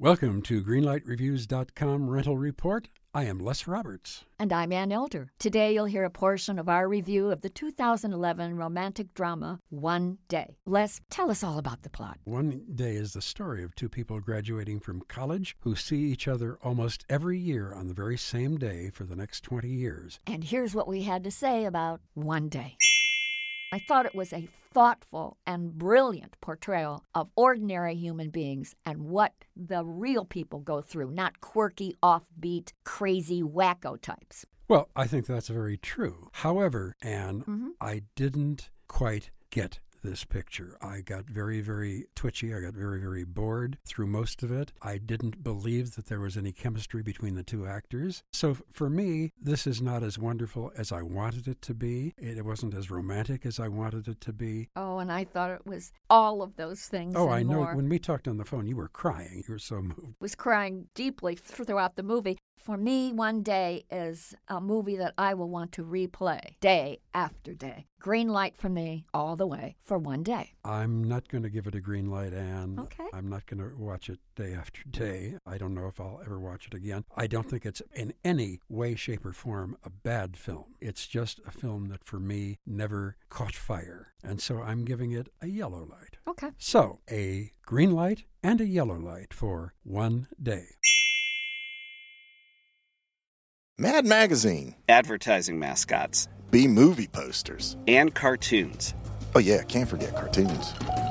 Welcome to GreenlightReviews.com Rental Report. I am Les Roberts. And I'm Ann Elder. Today you'll hear a portion of our review of the 2011 romantic drama One Day. Les, tell us all about the plot. One Day is the story of two people graduating from college who see each other almost every year on the very same day for the next 20 years. And here's what we had to say about One Day. I thought it was a thoughtful and brilliant portrayal of ordinary human beings and what the real people go through, not quirky, offbeat, crazy, wacko types. Well, I think that's very true. However, Anne, I didn't quite get this picture. I got very, very twitchy. I got very, very bored through most of it. I didn't believe that there was any chemistry between the two actors. So f- for me, this is not as wonderful as I wanted it to be. It wasn't as romantic as I wanted it to be. Oh, and I thought it was all of those things. Oh, and I know. more. When we talked on the phone, you were crying. You were so moved. was crying deeply throughout the movie. For me, One Day is a movie that I will want to replay day after day. Green light for me all the way for one day. I'm not going to give it a green light, Anne. Okay. I'm not going to watch it day after day. I don't know if I'll ever watch it again. I don't think it's in any way, shape, or form a bad film. It's just a film that for me never caught fire. And so I'm giving it a yellow light. Okay. So a green light and a yellow light for one day. Mad Magazine, advertising mascots, B movie posters. and cartoons. Oh, yeah, can't forget cartoons.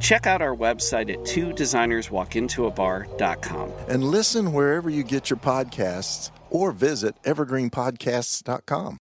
Check out our website at two designerswalkintoabar.com. And listen wherever you get your podcasts or visit evergreenpodcasts.com.